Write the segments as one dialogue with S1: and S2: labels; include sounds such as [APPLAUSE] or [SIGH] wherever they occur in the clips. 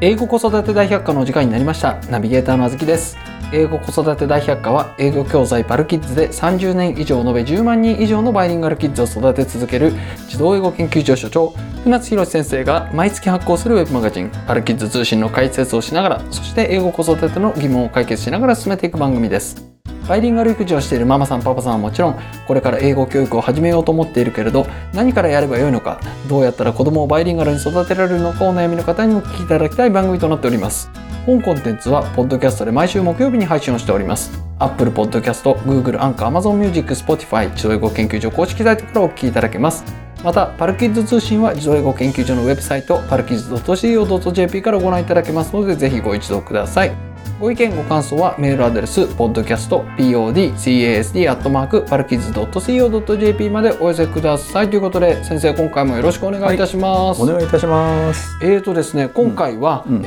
S1: 英語子育て大百科のお時間になりましたナビゲーターのあずきです英語子育て大百科は英語教材パルキッズで30年以上延べ10万人以上のバイリンガルキッズを育て続ける児童英語研究所所長船津博史先生が毎月発行するウェブマガジンパルキッズ通信の解説をしながらそして英語子育ての疑問を解決しながら進めていく番組ですバイリンガル育児をしているママさんパパさんはもちろんこれから英語教育を始めようと思っているけれど何からやればよいのかどうやったら子供をバイリンガルに育てられるのかお悩みの方にもお聞きいただきたい番組となっております本コンテンツはポッドキャストで毎週木曜日に配信をしております Apple Podcast、Google、Anchor、Amazon Music、Spotify 児童英語研究所公式サイトからお聞きいただけますまたパルキッズ通信は児童英語研究所のウェブサイトパルキッズ .co.jp からご覧いただけますのでぜひご一読くださいご意見ご感想はメールアドレス podcastpodcasd.parkids.co.jp までお寄せくださいということで先生今回もよろしくお願いいたします。
S2: お願いいたします。
S1: えーとですね今回は、
S2: うんうん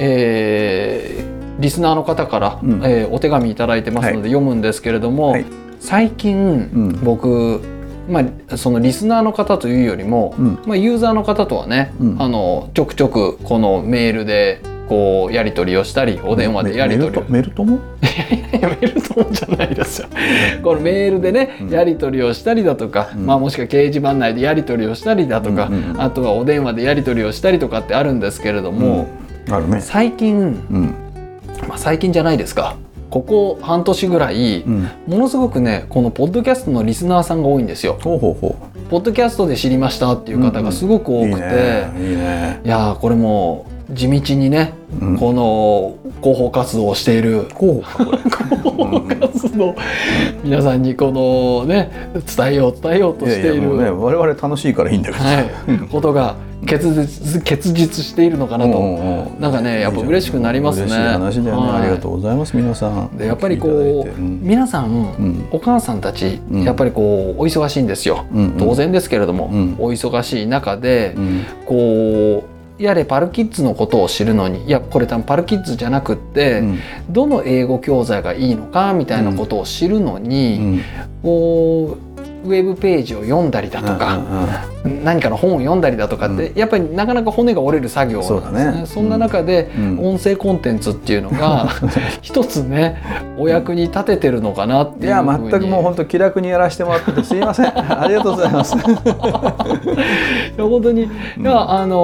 S1: えーリスナーの方から、
S2: うん
S1: えーお手紙いただいてますので、
S2: は
S1: 読むんですけれども、
S2: はい
S1: 最近、
S2: ん
S1: 僕まあそのリスナーの方というよりも、
S2: うん、
S1: まあ、ユーザーの方とはね、
S2: うん
S1: あのちょくちょくこのメールでこうやり取りをしたりお電話でやり取りを
S2: メルトメルトも、
S1: い [LAUGHS] やメールともじゃないですよ。このメールでね、
S2: うん
S1: やり取りをしたりだとか、
S2: うん
S1: まあもしくは掲示板内でやり取りをしたりだとか、
S2: うんうんうん
S1: あとはお電話でやり取りをしたりとかってあるんですけれども、
S2: うんあるね。
S1: 最近、
S2: うん、
S1: まあ、最近じゃないですか。ここ半年ぐらい、
S2: うん、
S1: ものすごくねこのポッドキャストのリスナーさんが多いんですよ。
S2: ほうほうほ
S1: ポッドキャストで知りましたっていう方がすごく
S2: う。
S1: 多くて、
S2: いいね。いいね。
S1: いやーこれもう地道にね、
S2: うん
S1: この広報活動をしている
S2: こうかこれ。
S1: 活動皆さんにこのね伝えよう伝えようとしている
S2: ややもうね、我々楽しいからいいんだけど。
S1: はい、ことが結実結実しているのかなと、
S2: うんうん
S1: なんかねやっぱ嬉しくなりますね
S2: 嬉しい話だよね、
S1: はい
S2: ありがとうございます皆さん。
S1: でやっぱりこ
S2: 聞いて
S1: う、
S2: いただいてうん
S1: 皆さん、
S2: うん
S1: お母さんたち、
S2: うん
S1: やっぱりこうお忙しいんですよ、
S2: うんうん
S1: 当然ですけれども、
S2: うん
S1: お忙しい中で、
S2: うん
S1: こうやれパルキッズのことを知るのにいやこれ多分パルキッズじゃなくって、
S2: うん
S1: どの英語教材がいいのかみたいなことを知るのに、
S2: うん
S1: こうウェブページを読んだりだと
S2: うん
S1: か、
S2: うんうん
S1: 何かの本を読んだりだとかって、やっぱりなかなか骨が折れる作業なんですね
S2: そ
S1: そう
S2: だね
S1: んな中で、
S2: うん
S1: 音声コンテンツっていうの
S2: [LAUGHS]
S1: が一つねお役に立ててるのかなって
S2: い
S1: いう
S2: や
S1: ふうに
S2: 全くもう本当気楽にやらせてもらっててすい
S1: [LAUGHS]
S2: ませんありがとうございます。
S1: いや本当に、
S2: うん
S1: いやあの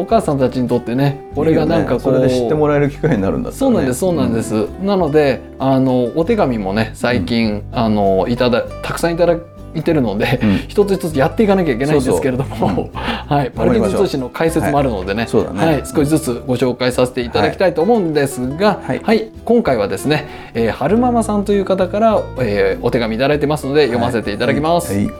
S1: お母さんたちにとってねこれがなんかこう
S2: いいよねそれで知ってもらえる機会になるんだった
S1: そ
S2: ら
S1: う
S2: ね
S1: なんです、そうなんです。なので、あのお手紙もね、最近、あのいただたくさんいただいてるので、
S2: うん
S1: 一つ一つやっていかなきゃいけないんで
S2: そうそ
S1: す
S2: う
S1: けれども、
S2: うん
S1: [LAUGHS] はい、パ
S2: 頑
S1: ルキン
S2: 張りましょう
S1: ズ通信の解説もあるのでね、
S2: そうだね
S1: はい、少しずつご紹介させていただきたいと思うんですが、は、
S2: はいい
S1: 今回はですね、えー、春ママさんという方から、えーお手紙いただいてますので読ませていただきます。
S2: はいはい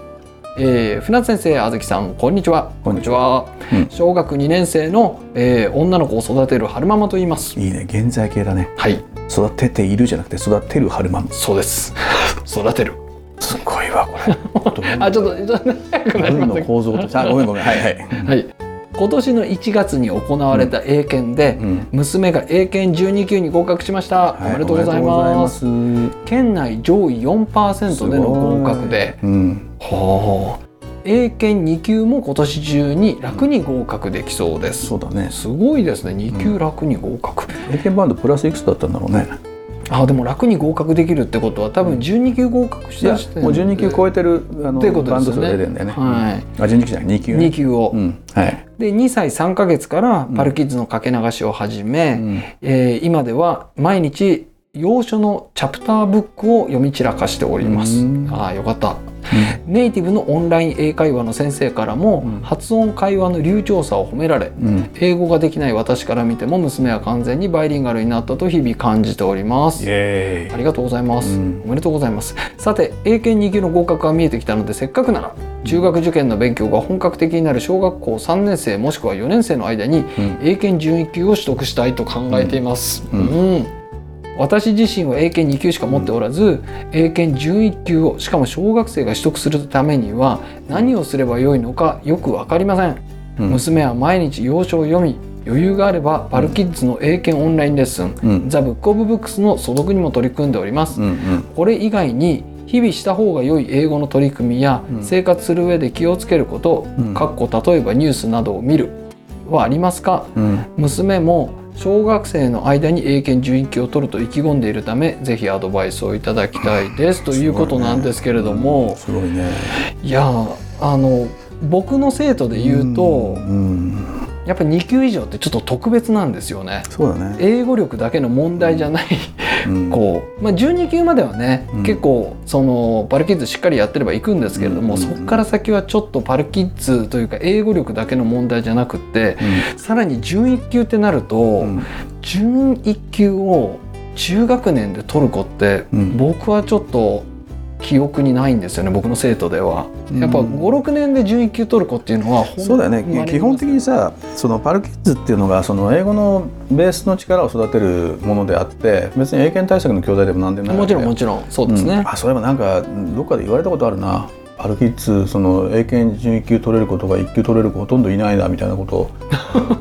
S1: えー船津先生、あずきさん、こんにちは。
S2: こんにちはうん
S1: 小学2年生の、えー女の子を育てる春ママと言います。
S2: いいね現在形だね
S1: はい、
S2: 育てているじゃなくて育てる春マム
S1: そうです。 [LAUGHS] 育てる。
S2: すごいわこれ
S1: [LAUGHS] あ、ちょっと、ちょっと、早くなりまし
S2: 文の
S1: たけ
S2: 構造
S1: [LAUGHS]
S2: としてあごめんごめんはいはい、
S1: ど。はい。今年の1月に行われた英検で、
S2: うん
S1: 娘が英検12級に合格しました。
S2: はい
S1: おめでとうございます。
S2: おめでとうございます
S1: 県内上位4%での合格で、
S2: うん
S1: ほう英検2級も今年中に楽に合格できそうです。
S2: そうだね
S1: すごいですね。2級楽に合格。
S2: 英検バンドプラスいくつだったんだろうね
S1: あ、でも楽に合格できるってことは多分12級合格し
S2: いや
S1: た
S2: もう
S1: 時点で
S2: 12級超えてるあの
S1: ということ
S2: バ
S1: で
S2: ン
S1: す
S2: ド
S1: よね
S2: 数が出てるんだよね、
S1: はい
S2: あ12級じゃない2級ね
S1: 2級を。
S2: うんはい、
S1: で2歳3ヶ月からパルキッズのかけ流しを始め、
S2: うん
S1: えー今では毎日洋書のチャプターブックを読み散らかしております
S2: うん。
S1: ああよかった。ネイティブのオンライン英会話の先生からも、
S2: うん
S1: 発音会話の流暢さを褒められ、
S2: うんうん
S1: 英語ができない私から見ても娘は完全にバイリンガルになったと日々感じております。
S2: イエ
S1: あ
S2: ーイ
S1: りがとうございます、
S2: うん
S1: おめでとうございますさて英検2級の合格が見えてきたのでせっかくなら中学受験の勉強が本格的になる小学校3年生もしくは4年生の間に
S2: うん
S1: 英検準1級を取得したいと考えています、う
S2: うんん
S1: 私自身は英検2級しか持っておらず、英検準1級をしかも小学生が取得するためには何をすればよいのかよく分かりません
S2: うん
S1: 娘は毎日洋書を読み余裕があればパルキッズの英検オンラインレッスン、
S2: うん
S1: ザ・ブック・オブ・ブックスの素読にも取り組んでおります、
S2: うんうん
S1: これ以外に日々した方が良い英語の取り組みや、
S2: うん
S1: 生活する上で気をつけること、
S2: うん
S1: かっこ例えばニュースなどを見るはありますか
S2: うん
S1: 娘も小学生の間に英検準1級を取ると意気込んでいるためぜひアドバイスをいただきたいですということなんですけれども
S2: すごいね。
S1: い,、やーあの僕の生徒で言うと
S2: うん、
S1: やっぱり2級以上ってちょっと特別なんですよね。
S2: そうだね。
S1: 英語力だけの問題じゃない
S2: うん
S1: こう、まあ、12級まではね、
S2: うん
S1: 結構そのパルキッズしっかりやってれば行くんですけれども、
S2: うんうんう
S1: そ
S2: ん
S1: こから先はちょっとパルキッズというか英語力だけの問題じゃなくってさらに準1級ってなると、
S2: うん
S1: 準1級を中学年で取る子って、
S2: うん
S1: 僕はちょっと記憶にないんですよね僕の生徒では。
S2: うん
S1: やっぱ56年で準1級取る子っていうのはほん
S2: そうだよ
S1: 生ま
S2: ね
S1: れ
S2: 基本的にさそのパルキッズっていうのがその英語のベースの力を育てるものであって別に英検対策の教材でも何でもない
S1: もちろんも
S2: ち
S1: ちろんそうですね。
S2: あそういえばなんかどっかで言われたことあるなパルキッズその英検準1級取れる子とか1級取れる子ほとんどいないなみたいなこと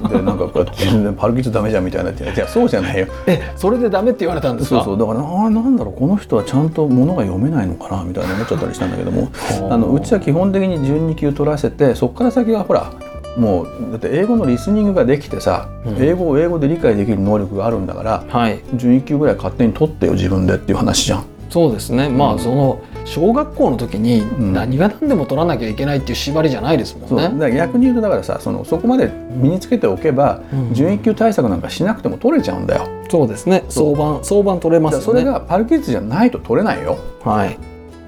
S2: でなんかこうやって全然パルキッズダメじゃんみたいなっていやそうじゃないよ
S1: えそれでダメって言われたんです
S2: そ
S1: か
S2: うそうだからああなんだろうこの人はちゃんと物が読めないのかなみたいな思っちゃったりしたんだけどもあのうちは基本的に12級取らせてそこから先はほらもうだって英語のリスニングができてさ、
S1: うん
S2: 英語を英語で理解できる能力があるんだから
S1: はい
S2: 12級ぐらい勝手に取ってよ自分でっていう話じゃん。
S1: そうですねまあ、
S2: うん
S1: その小学校の時に
S2: ん
S1: 何が何でも取らなきゃいけないっていう縛りじゃないですも
S2: そうん
S1: ね。
S2: だから逆に言うとだからさそのそこまで身につけておけば、
S1: うん
S2: 11級対策なんかしなくても取れちゃうんだよ。
S1: そうですね
S2: そ
S1: 相
S2: う
S1: 番相番取れま
S2: だから
S1: す
S2: そ
S1: よ
S2: れ
S1: ね。
S2: がパルキッズじゃないと取れないよ。
S1: はい、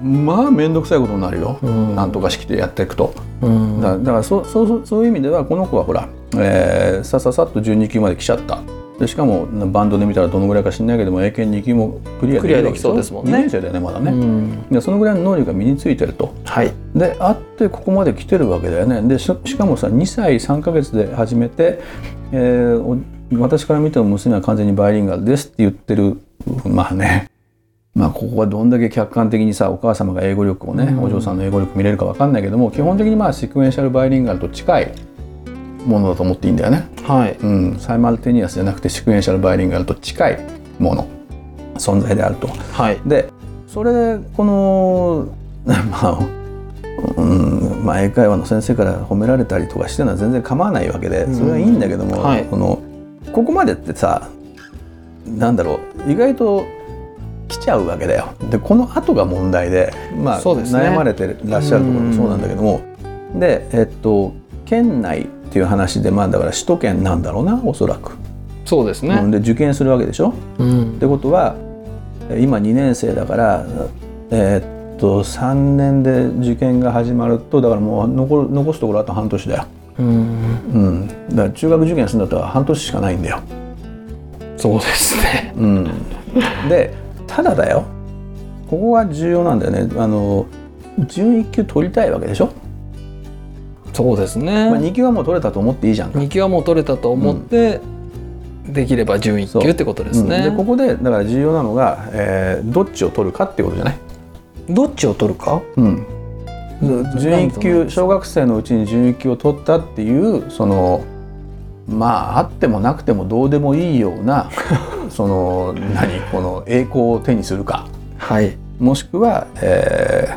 S2: まあ面倒くさいことになるよ。
S1: うん
S2: なんとか式でやっていくと。
S1: うん
S2: だだからそそうそうそういう意味ではこの子はほら、えーさささっと12級まで来ちゃったでしかもなバンドで見たらどのぐらいか知んないけども英検2級もクリア
S1: ク
S2: できるわけしょ
S1: リアできそうですもんね
S2: 2年生だよねまだ
S1: う
S2: ね、
S1: ん
S2: でそのぐらいの能力が身についてると
S1: はい
S2: であってここまで来てるわけだよねでししかもさ2歳3ヶ月で始めて、えーお私から見ても娘は完全にバイリンガルですって言ってるまあねまあここはどんだけ客観的にさお母様が英語力をね、
S1: うん
S2: お嬢さんの英語力見れるかわかんないけども基本的にまあシクエンシャルバイリンガルと近いものだと思っていいんだよね。
S1: はい
S2: うん、サイマルテニアスじゃなくてシクエンシャルバイリンガルと近いもの存在であると。
S1: はい
S2: でそれでこの [LAUGHS] まあうんまあ、英会話の先生から褒められたりとかしてるのは全然構わないわけで
S1: うん
S2: それはいいんだけども、
S1: はい
S2: このここまでってさなんだろう意外と来ちゃうわけだよ。でこの後が問題で,、まあ
S1: そうですね
S2: 悩まれてらっしゃるところもそうなんだけどもで、えっと、県内っていう話でまあだから首都圏なんだろうなおそらく。
S1: そうです
S2: う
S1: ね。
S2: んで受験するわけでしょ。
S1: うん
S2: ってことはえー今2年生だからえーっと3年で受験が始まるとだからもう残る残すところあと半年だよ、
S1: うん
S2: うん、だから中学受験するんだったら半年しかないんだよ、
S1: そうですね。
S2: うん、でただだよここが重要なんだよねあの準1級取りたいわけでしょ、
S1: そうです
S2: まあ、
S1: ね。
S2: 2級はもう取れたと思っていいじゃんか
S1: 二級はもう取れたと思って、できれば準一級ってことです
S2: うん
S1: ね
S2: で。ここでだから重要なのが、えーどっちを取るかってことじゃない、
S1: どっちを取るか？
S2: うん、準
S1: 一
S2: 一級小学生のうちに準一級を取ったっていうそのまああってもなくてもどうでもいいよ
S1: [LAUGHS]
S2: うなその何この栄光を手にするか
S1: はい
S2: もしくは、え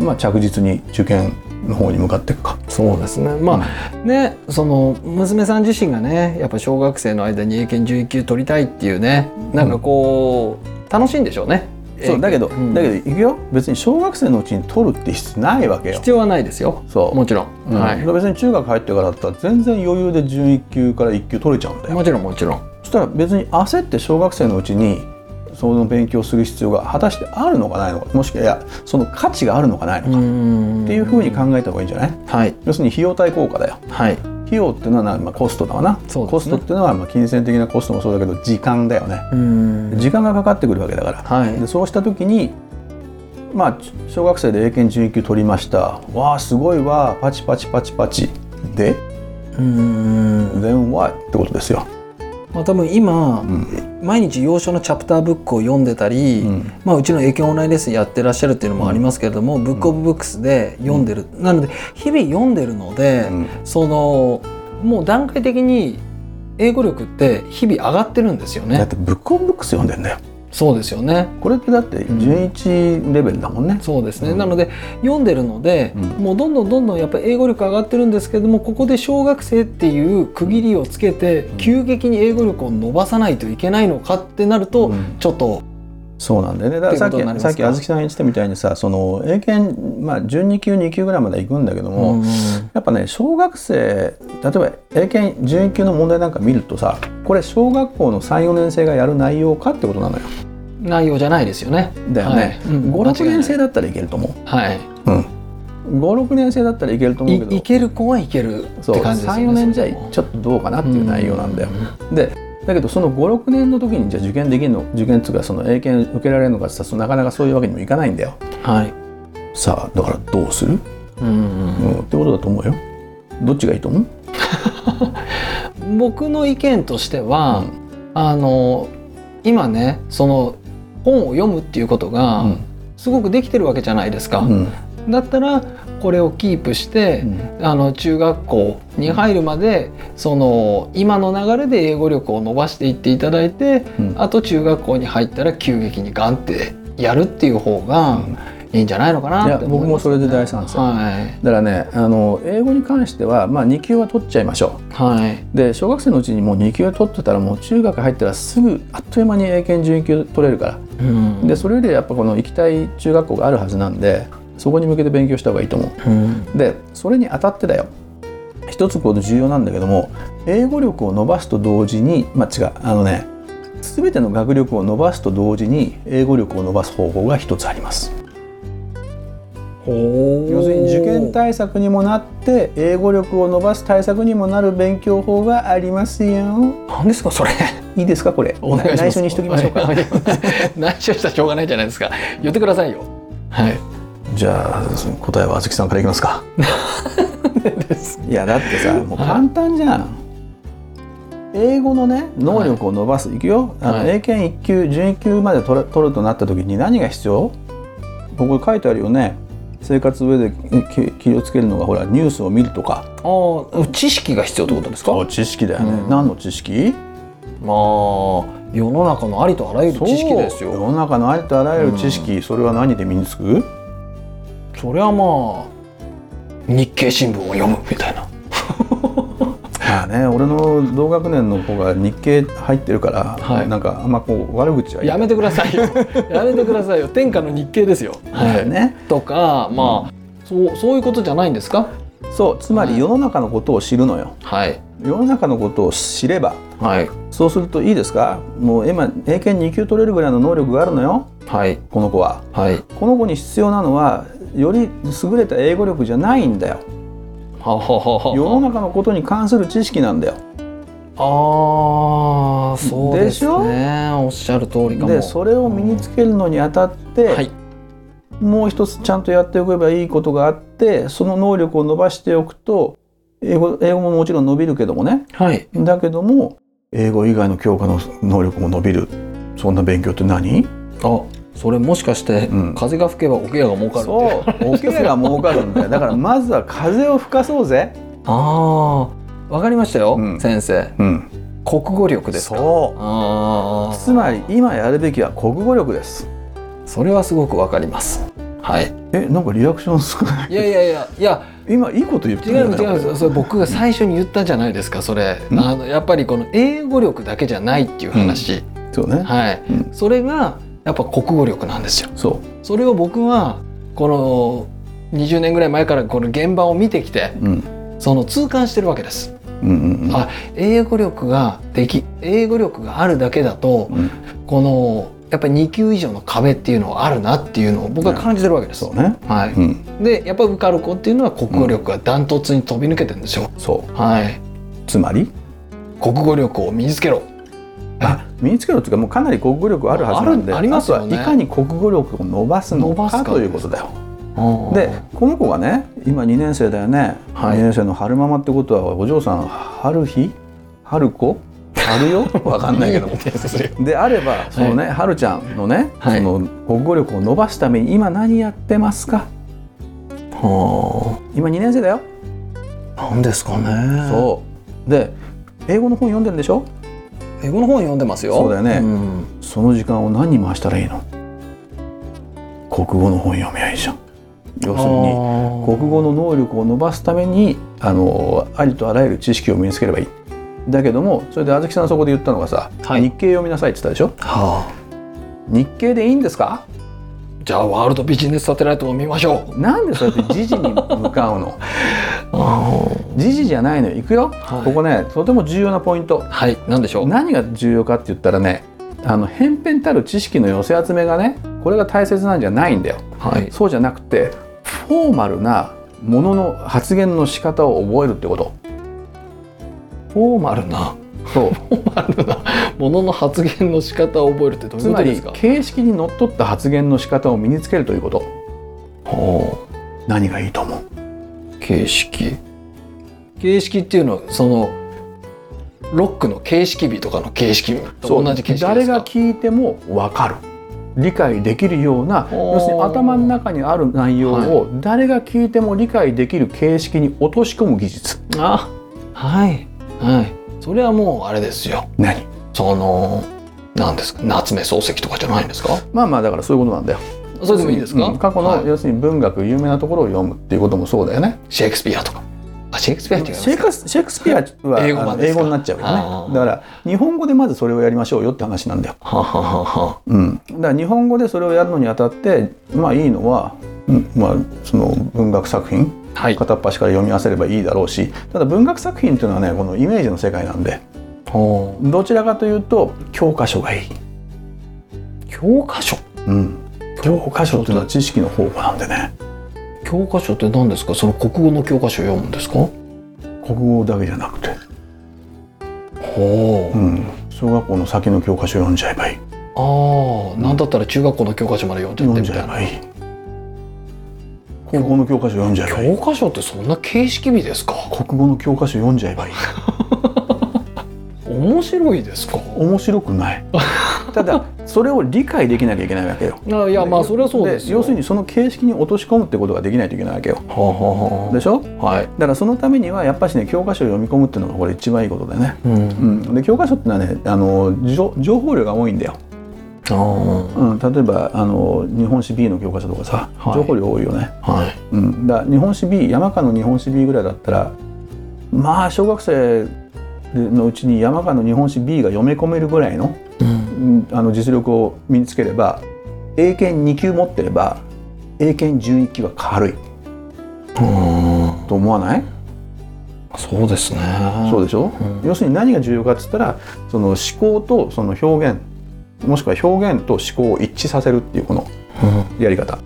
S2: ーまあ、着実に受験の方に向かっていくか。
S1: そうですね。まあ、ねその娘さん自身がねやっぱ小学生の間に英検11級取りたいっていうねなんかこう、楽しいんでしょうね。
S2: そうだけど、
S1: うん
S2: だけどいくよ別に小学生のうちに取るって必要ないわけよ。
S1: 必要はないですよ
S2: そう
S1: もちろん、
S2: うん
S1: はい、
S2: 別に中学入ってからだったら全然余裕で準一級から一級取れちゃうんだよ。
S1: もちろんもちろん
S2: そしたら別に焦って小学生のうちにその勉強する必要が果たしてあるのかないのかもしくはいやその価値があるのかないのか
S1: ん
S2: っていうふうに考えた方がいいんじゃない
S1: はい
S2: 要するに費用対効果だよ
S1: はい
S2: 費用っていうのはまあコストだわな、
S1: そうですね
S2: コストっていうのはまあ金銭的なコストもそうだけど時間だよね
S1: うん
S2: 時間がかかってくるわけだから、
S1: はい
S2: でそうした時にまあ小学生で英検準1級取りましたわあすごいわパチパチパチパチで
S1: うん、
S2: then what ってことですよ、
S1: まあ、多分今、
S2: ん
S1: 毎日要所のチャプターブックを読んでたり、
S2: うん
S1: まあ、うちの英検オンラインレッスンやってらっしゃるっていうのもありますけれども、ブックオブブックスで読んでる、なので日々読んでるので、
S2: うん
S1: そのもう段階的に英語力って日々上がってるんですよ
S2: だっ
S1: ね。
S2: てブックオブブックス読んでんだよ
S1: そうですよね
S2: これってだって11レベルだもんね、
S1: そうですね、
S2: うん
S1: なので読んでるので、
S2: うん
S1: もうどんどんどんどんやっぱり英語力上がってるんですけどもここで小学生っていう区切りをつけて
S2: ん
S1: 急激に英語力を伸ばさないといけないのかってなると、
S2: うん
S1: ちょっと
S2: そうなんだよねだからさっ
S1: っていうことになり
S2: き
S1: ます
S2: さ
S1: か
S2: っきあずきさんが言ってたみたいにさその英検、まあ、12級2級ぐらいまで行くんだけども、やっぱね小学生例えば英検12級の問題なんか見るとさこれ小学校の34年生がやる内容かってことなのよ
S1: 内容じゃないですよね。
S2: だよね、
S1: はいうん間違
S2: 56年
S1: いな
S2: 生
S1: い
S2: だったらいけると思
S1: はい、
S2: う、うん、56年生だったらいけると思うけど
S1: いいける子はいけるって
S2: そう
S1: 感じですよね。
S2: 34年じゃ
S1: それも
S2: ちょっとどうかなっていう内容なんだよ、
S1: う
S2: でだけどその56年の時にじゃあ受験できるの受験っていうかその英検受けられるのかってさそのなかなかそういうわけにもいかないんだよ
S1: はい。
S2: さあだからどうする、
S1: うん
S2: うん、ってことだと思うよどっちがいいと思う
S1: うん、僕の意見としては、
S2: うん
S1: あの今ねその本を読むっていうことが、すごくできてるわけじゃないですか。
S2: うん
S1: だったらこれをキープして、あの中学校に入るまでその今の流れで英語力を伸ばしていっていただいて
S2: うん
S1: あと中学校に入ったら急激にガンってやるっていう方がいいんじゃないのか
S2: い
S1: な
S2: や
S1: って思
S2: 僕
S1: いま
S2: も
S1: す。
S2: それで大賛成、
S1: はい
S2: だからねあの英語に関しては、まあ、2級は取っちゃいましょ
S1: はい、
S2: うで小学生のうちにもう2級取ってたらもう中学入ったらすぐあっという間に英検準級取れるから
S1: うん
S2: でそれよりやっぱこの行きたい中学校があるはずなんでそこに向けて勉強した方がいいと思
S1: うん
S2: うでそれにあたってだよ一つこの重要なんだけども英語力を伸ばすと同時にまあ違うあのね全ての学力を伸ばすと同時に英語力を伸ばす方法が一つあります要
S1: 要
S2: するに受験対策にもなって英語力を伸ばす対策にもなる勉強法がありますよ
S1: なんですかそれ
S2: いいですかこれ
S1: [LAUGHS] お願いします
S2: 内緒にしときましょうか
S1: はい [LAUGHS] 内緒したらしょうがないじゃないですか言ってくださいよはい
S2: じゃあその答えはあずきさんからいきますか [LAUGHS] いやだってさもう簡単じゃん、英語のね能力を伸ばす、い、くよあの、
S1: はい
S2: 英検1級準1級まで取る取るとなった時に何が必要ここ書いてあるよね生活上でき気をつけるのがほらニュースを見るとか
S1: ああ知識が必要ってことですか
S2: お知識だよね、
S1: うん
S2: 何の知識
S1: まあ世の中のありとあらゆる知識です
S2: そう
S1: よ
S2: 世の中のありとあらゆる知識、それは何で身につく
S1: そりゃまあ日経新聞を読むみたいな
S2: まあね俺の同学年の子が日経入ってるから、
S1: はい
S2: なんかあんまこう悪口は言
S1: やめてくださいよ [LAUGHS] やめてくださいよ天下の日経ですよ、
S2: だよね、
S1: とかまあ、そうそういうことじゃないんですか
S2: そうつま
S1: は
S2: り
S1: い
S2: 世の中のことを知るのよ
S1: はい
S2: 世の中のことを知れば
S1: はい
S2: そうするといいですかもう今英検2級取れるぐらいの能力があるのよ
S1: はい
S2: この子は
S1: はい
S2: この子に必要なのはより優れた英語力じゃないんだよ
S1: はははは
S2: 世の中のことに関する知識なんだよ
S1: ああそうで
S2: ですしょ
S1: ねおっしゃる通りかも
S2: でそれを身につけるのにあたって、
S1: はい
S2: もう一つちゃんとやっておけばいいことがあってその能力を伸ばしておくと英語英語ももちろん伸びるけどもね
S1: はい
S2: だけども英語以外の教科の能力も伸びるそんな勉強って何
S1: あそれもしかして、
S2: うん
S1: 風が吹けば桶屋が儲かるっていう
S2: そうおけが儲かるんだよだからまずは風を吹かそうぜ、
S1: ああわかりましたよ、
S2: うん
S1: 先生
S2: うん、
S1: 国語力ですか
S2: そ
S1: あ
S2: う
S1: あ
S2: つまり今やるべきは国語力です
S1: それはすごくわかりますはい
S2: えなんかリアクション少ない
S1: いやいやいやいや
S2: 今いいこと言って
S1: 違
S2: る
S1: う
S2: よね
S1: 違うんですよそれ僕が最初に言ったじゃないですかそれ
S2: ん
S1: あのやっぱりこの英語力だけじゃないっていう話、
S2: そうね、
S1: はい、
S2: うん
S1: それがやっぱ国語力なんですよ
S2: そ
S1: それを僕はこの20年ぐらい前からこの現場を見てきて
S2: う、うん、
S1: その痛感してるわけです
S2: うんうんうん
S1: あ英語力ができ英語力があるだけだと
S2: うん
S1: このやっぱり2級以上の壁っていうのはあるなっていうのを僕は感じてるわけです、
S2: そうね
S1: は
S2: う
S1: い、
S2: ん
S1: でやっぱり受かる子っていうのは国語力がダントツに飛び抜けてるんですよ、
S2: そ
S1: はい、
S2: うつまり
S1: 国語力を身につけろ
S2: あ身につけろというかもうかなり国語力あるはずなんで
S1: あるありますよね
S2: あとはいかに国語力を伸ばすの
S1: 伸ばす
S2: か
S1: か
S2: ということだよ。でこの子がね今2年生だよね、
S1: はい
S2: 2年生の春ママってことはお嬢さん春日春子
S1: [LAUGHS]
S2: 春よわかんないけども。であればそのね、春ちゃんのね、
S1: はい
S2: その国語力を伸ばすために今何やってますか
S1: は
S2: 今2年生だよ。
S1: [LAUGHS] あなんですかね
S2: そうで英語の本読んでるんでしょ
S1: う英語の本読んでますよ
S2: そうだよね
S1: ん
S2: その時間を何に回したらいいの国語の本読めばいいじゃん要するに
S1: あー
S2: 国語の能力を伸ばすためにあのありとあらゆる知識を身につければいいだけどもそれであずきさんそこで言ったのがさ、
S1: はい
S2: 日経読みなさいって言ったでしょ
S1: はあ
S2: 日経でいいんですか
S1: じゃあワールドビジネスサテライトを見ましょう
S2: なんでそうやって時事に向かうの [LAUGHS] 時事じゃないのよいくよ、
S1: はい
S2: ここねとても重要なポイント
S1: はい何でしょう
S2: 何が重要かって言ったらねあの偏偏たる知識の寄せ集めがねこれが大切なんじゃないんだよ
S1: はい
S2: そうじゃなくてフォーマルなものの発言の仕方を覚えるってこと
S1: フォーマルな
S2: そう
S1: [LAUGHS] あるなものの発言の仕方を覚えるってどうい
S2: つ
S1: うこ
S2: ま
S1: とで
S2: り
S1: すか
S2: 形式にのっとった発言の仕方を身につけるということ
S1: ほ
S2: 何がいいと思う
S1: う形式形式っていうのはそのロックの形式美とかの形式と同じ形式ですか
S2: 誰が聞いても分かる理解できるような
S1: おー
S2: 要するに頭の中にある内容を誰が聞いても理解できる形式に落とし込む技術
S1: あはいはいそれはもうあれですよ
S2: 何
S1: その何ですか夏目漱石とかじゃないんですか
S2: まあまあだからそういうことなんだよ
S1: それでもいいですか、
S2: うん過去
S1: は
S2: の
S1: い
S2: 要するに文学有名なところを読むっていうこともそうだよね
S1: シェイクスピアとかあシェイクスピアって言い
S2: シェイクスシェイクスピアは
S1: 英語版
S2: あの
S1: です
S2: 英
S1: か
S2: 語になっちゃうか
S1: あ
S2: ら
S1: ー
S2: ねだから日本語でまずそれをやりましょうよって話なんだよ
S1: はははは
S2: うん、だから日本語でそれをやるのにあたってまあいいのは、うんまあ、その文学作品
S1: はい
S2: 片っ端から読み合わせればいいだろうしただ文学作品っていうのはねこのイメージの世界なんで
S1: ほう
S2: どちらかというと教科書がいい、
S1: 教科書
S2: うん、教科書っていうのは知識の宝庫なんでね
S1: 教科書って何ですかその国語の教科書を読むんですか
S2: 国語だけじゃなくて、
S1: ほう
S2: うん、小学校の先の教科書読んじゃえばいい
S1: ああなんだったら中学校の教科書まで読んじゃっ
S2: 読
S1: て
S2: ん
S1: み
S2: じゃ
S1: たい
S2: え
S1: な
S2: ばいい高校の教科書読んじゃえばいい
S1: 教科書ってそんな形式美ですか
S2: 国語の教科書読んじゃえばいい
S1: 面白いですか
S2: 面白くない
S1: [LAUGHS]
S2: ただそれを理解できなきゃいけないわけよ
S1: あいやまあそれはそうですよ
S2: 要するにその形式に落とし込むってことができないといけないわけよ
S1: はあは
S2: でしょ
S1: あはあはい
S2: だからそのためにはやっぱしね教科書を読み込むっていうのがこれ一番いいことでね、
S1: うん
S2: うん、で教科書ってのはねあの情情報量が多いんだよ、
S1: あ
S2: うん、例えばあの日本史 B の教科書とかさ、
S1: はい
S2: 情報量多いよね、
S1: あはい
S2: うん、だから日本史 B 山間の日本史 B ぐらいだったらまあ小学生のうちに山間の日本史 B が読め込めるぐらいの
S1: うん
S2: うんあの実力を身につければ英検2級持ってれば英検11級は軽い
S1: うん
S2: と思わない、
S1: そうですね
S2: そうでしょ、
S1: うん
S2: 要するに何が重要かっつったらその思考とその表現もしくは表現と思考を一致させるっていうこの
S1: うん
S2: やり方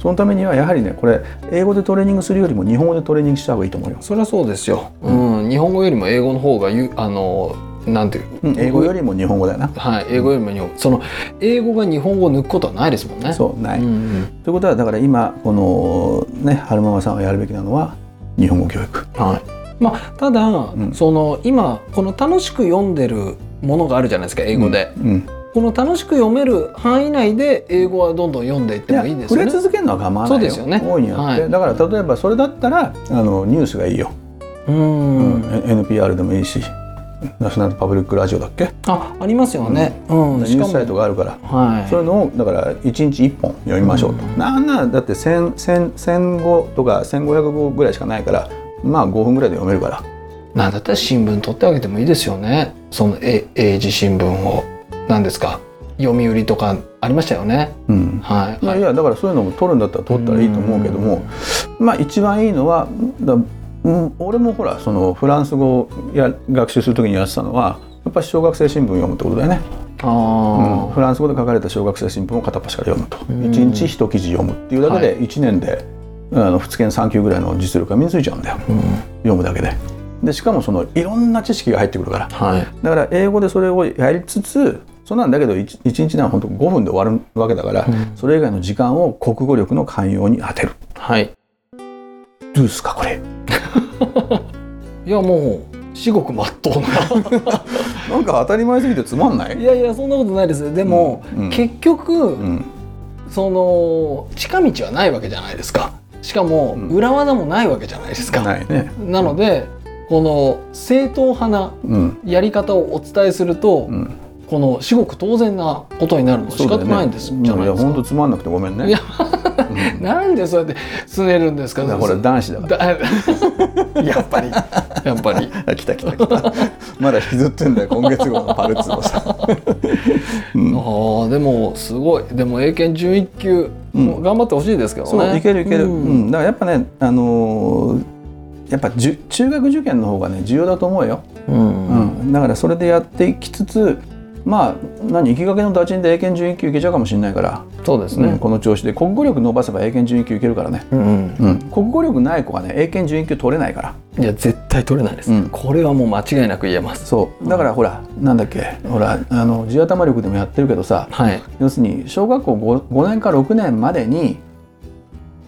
S2: そのためにはやはりねこれ英語でトレーニングするよりも日本語でトレーニングした方がいいと思います、
S1: それはそうですようん日本語よりも英語の方がゆあのなんていう
S2: 英語よりも日本語だよな、
S1: はい英語よりも日本その英語が日本語を抜くことはないですもんね
S2: そうない、
S1: うんうん
S2: ということはだから今このね春ママさんがやるべきなのは日本語教育
S1: はい、まあただ、
S2: ん
S1: その今この楽しく読んでるものがあるじゃないですか英語で、
S2: うんうん
S1: この楽しく読める範囲内で英語はどんどん読んでいってもいいですよ
S2: や
S1: ね
S2: 触れ続けるのは構わない
S1: そうですよね
S2: 大いにやって、
S1: はい
S2: だから例えばそれだったらあのニュースがいいよ、
S1: う、
S2: うんん NPR でもいいしナショナルパブリックラジオだっけ、
S1: あありますよね、うん
S2: ニ
S1: し
S2: ュ
S1: か
S2: ースサイト
S1: も
S2: があるから、
S1: はい
S2: そういうのをだから1日1本読みましょうと、なんならだって1000 1000 1005とか1500語ぐらいしかないからまあ5分ぐらいで読めるから
S1: なんだったら新聞取ってあげてもいいですよねそのえ英字新聞を何ですか読売とかありましたよね
S2: うん
S1: はい
S2: いやいやだからそういうのも取るんだったら取ったらいいと思うけども、まあ一番いいのはだ、うん、俺もほらそのフランス語をや学習する時にやってたのはやっぱり小学生新聞読むってことだよね、
S1: あ
S2: うん、
S1: ー
S2: フランス語で書かれた小学生新聞を片っ端から読む
S1: う
S2: と、
S1: ん
S2: 一日一記事読むっていうだけで1年で、あの2件3級ぐらいの実力が身についちゃうんだよ
S1: うん
S2: 読むだけで。でしかもそのいろんな知識が入ってくるから
S1: はい
S2: だから英語でそれをやりつつそんなんだけど 1, 日なん本当5分で終わるわけだから、
S1: うん
S2: それ以外の時間を国語力の寛容に当てる
S1: はい
S2: どうですかこれ
S1: いやもう至極まっとうな
S2: なんか当たり前すぎてつまんな
S1: [LAUGHS]
S2: い
S1: いやいやそんなことないですでも、
S2: うんうん
S1: 結局、
S2: うん
S1: その近道はないわけじゃないですかしかも
S2: うん
S1: 裏技もないわけじゃないですか、
S2: ないね
S1: なのでこの正統派な
S2: うん
S1: やり方をお伝えすると、
S2: うん、
S1: この至極当然なことになるの仕
S2: そうだ
S1: 方
S2: よね
S1: ないんです、じゃない
S2: や
S1: です
S2: 本
S1: か
S2: 当。つまんなくてごめんね
S1: いや
S2: うん
S1: なんでそうやって拗ねるんですか。
S2: だからこれ男子だか
S1: だやっぱり [LAUGHS] やっぱり
S2: ら [LAUGHS] 来た来た来たまだ引きずってんだよ今月号のパルツ
S1: [LAUGHS]
S2: をさ、うん
S1: ああでもすごいでも英検準一級、
S2: うん
S1: もう頑張ってほしいですけどね
S2: そういけるいける、う
S1: うんん
S2: だからやっぱね、あのーやっぱじゅ中学受験の方がね重要だと思うよ、
S1: うん
S2: うん、だからそれでやっていきつつまあ何行きがけの打賃で英検準一級いけちゃうかもしれないから、
S1: そうです
S2: うん
S1: ね、
S2: この調子で国語力伸ばせば英検準一級いけるからね、
S1: うん
S2: うん、国語力ない子はね英検準一級取れないから
S1: いや絶対取れないです、
S2: うん
S1: これはもう間違いなく言えます
S2: そうだからほら、なんだっけほらあの地頭力でもやってるけどさ
S1: はい
S2: 要するに小学校 5, 5年か6年までに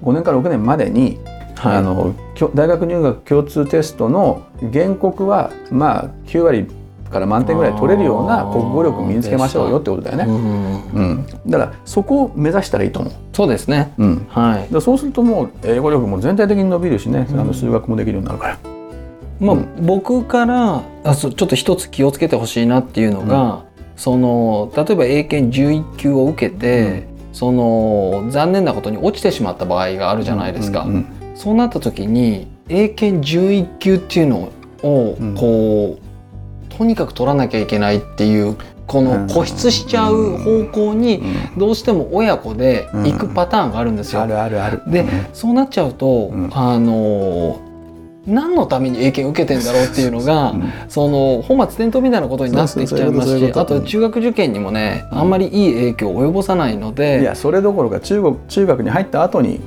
S2: 5年か6年までに
S1: はい
S2: あのきょ大学入学共通テストの原告はまあ9割から満点ぐらい取れるような
S1: あー
S2: 国語力を身につけましょうよってことだよ
S1: う
S2: ね。
S1: ん
S2: うん、だからそこを目指したらいいと思
S1: そうですね
S2: う。うん、だか
S1: はい
S2: らそうするともう英語力も全体的に伸びるしね、あの数学もできるようになるから。
S1: まあ、
S2: うん
S1: 僕からあそうちょっと一つ気をつけてほしいなっていうのが、その例えば英検11級を受けて、その残念なことに落ちてしまった場合があるじゃないですか、
S2: うんうん
S1: そうなった時に英検11級っていうのを
S2: うん
S1: こう、とにかく取らなきゃいけないっていうこ
S2: うん
S1: の固執しちゃう方向
S2: う
S1: に
S2: ん
S1: どうしても親子で行くパターンがあるんですよ。
S2: あるあるある。
S1: で
S2: うん
S1: そうなっちゃうと、
S2: うん
S1: あのー何のために英検受けてんだろうっていう
S2: [LAUGHS]
S1: のが、
S2: うん
S1: その本末転倒みたいなことになってきちゃいます
S2: そうそうそういう
S1: し
S2: こと
S1: あと中学受験にもねあんまりいい影響を及ぼさないの
S2: い
S1: で
S2: やそれどころか中国中学に入った
S1: [LAUGHS]
S2: 後に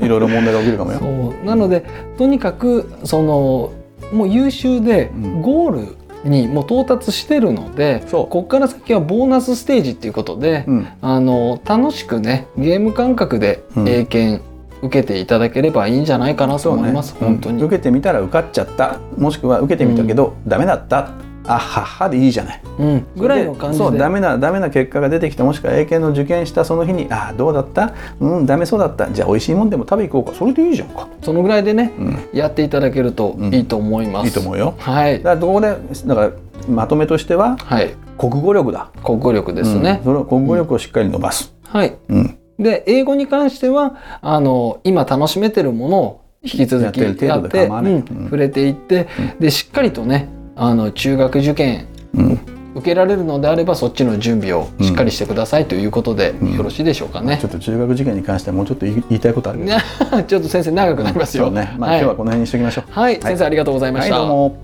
S2: いろいろ問題が起きるかもよ。
S1: そうなのでとにかくそのもう優秀で
S2: うん
S1: ゴールにもう到達してるので、
S2: そう
S1: ここから先はボーナスステージっていうことで、
S2: うん
S1: あの楽しくねゲーム感覚で
S2: うん
S1: 英検受けていただければいいんじゃないかなと
S2: そう
S1: 思
S2: ね
S1: います、本当に。
S2: うん受けてみたら受かっちゃったもしくは受けてみたけど、ダメだったあはっはでいいじゃない
S1: うん、ぐらいの感じで
S2: そうダメなダメな結果が出てきたもしくは英検の受験したその日にあどうだったうんダメそうだったじゃあ美味しいもんでも食べ行こうかそれでいいじゃんか、
S1: そのぐらいでね
S2: うん、
S1: やっていただけるといいと思います、
S2: いいと思うよ
S1: はい
S2: だからどこでだからまとめとしては
S1: はい
S2: 国語力だ
S1: 国語力です
S2: う
S1: ね
S2: ん、それを国語力をしっかり伸ばす、
S1: はい
S2: うん
S1: で英語に関してはあの今楽しめてるものを引き続き
S2: やってる
S1: や
S2: 程
S1: っ
S2: 度で
S1: て
S2: 構わない
S1: うん
S2: うん
S1: 触れていって、でしっかりとねあの中学受験
S2: うん
S1: 受けられるのであればそっちの準備をしっかりしてくださいということで、
S2: ん
S1: よろしいでしょうかね
S2: ちょ。っと中学受験に関してはもうちょっと言い言いたいことあるけど
S1: ね [LAUGHS] ちょっと先生長くなりますよ。
S2: そうねまあ、
S1: はい
S2: 今日はこの辺にしておきましょう
S1: はい、先生ありがとうございま
S2: は
S1: し
S2: い
S1: た。
S2: どうも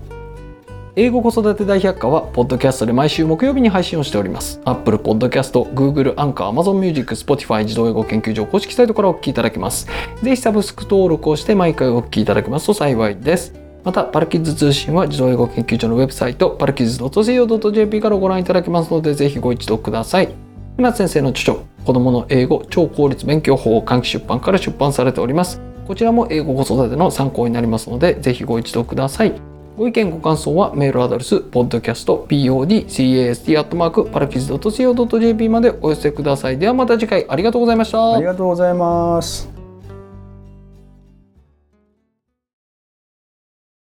S1: 英語子育て大百科はポッドキャストで毎週木曜日に配信をしております。Apple Podcast、Google、アンカー、Amazon Music、Spotify 自動英語研究所公式サイトからお聞きいただけます。ぜひサブスク登録をして毎回お聞きいただけますと幸いです。また、パルキッズ通信は自動英語研究所のウェブサイト、パルキッズ .co.jp からご覧いただけますので、ぜひご一読ください。船津先生の著書、子供の英語超効率勉強法を換気出版から出版されております。こちらも英語子育ての参考になりますので、ぜひご一読ください。ご意見ご感想はメールアドレス podcastpodcast.co.jp までお寄せください。ではまた次回ありがとうございました
S2: あり。がとうございます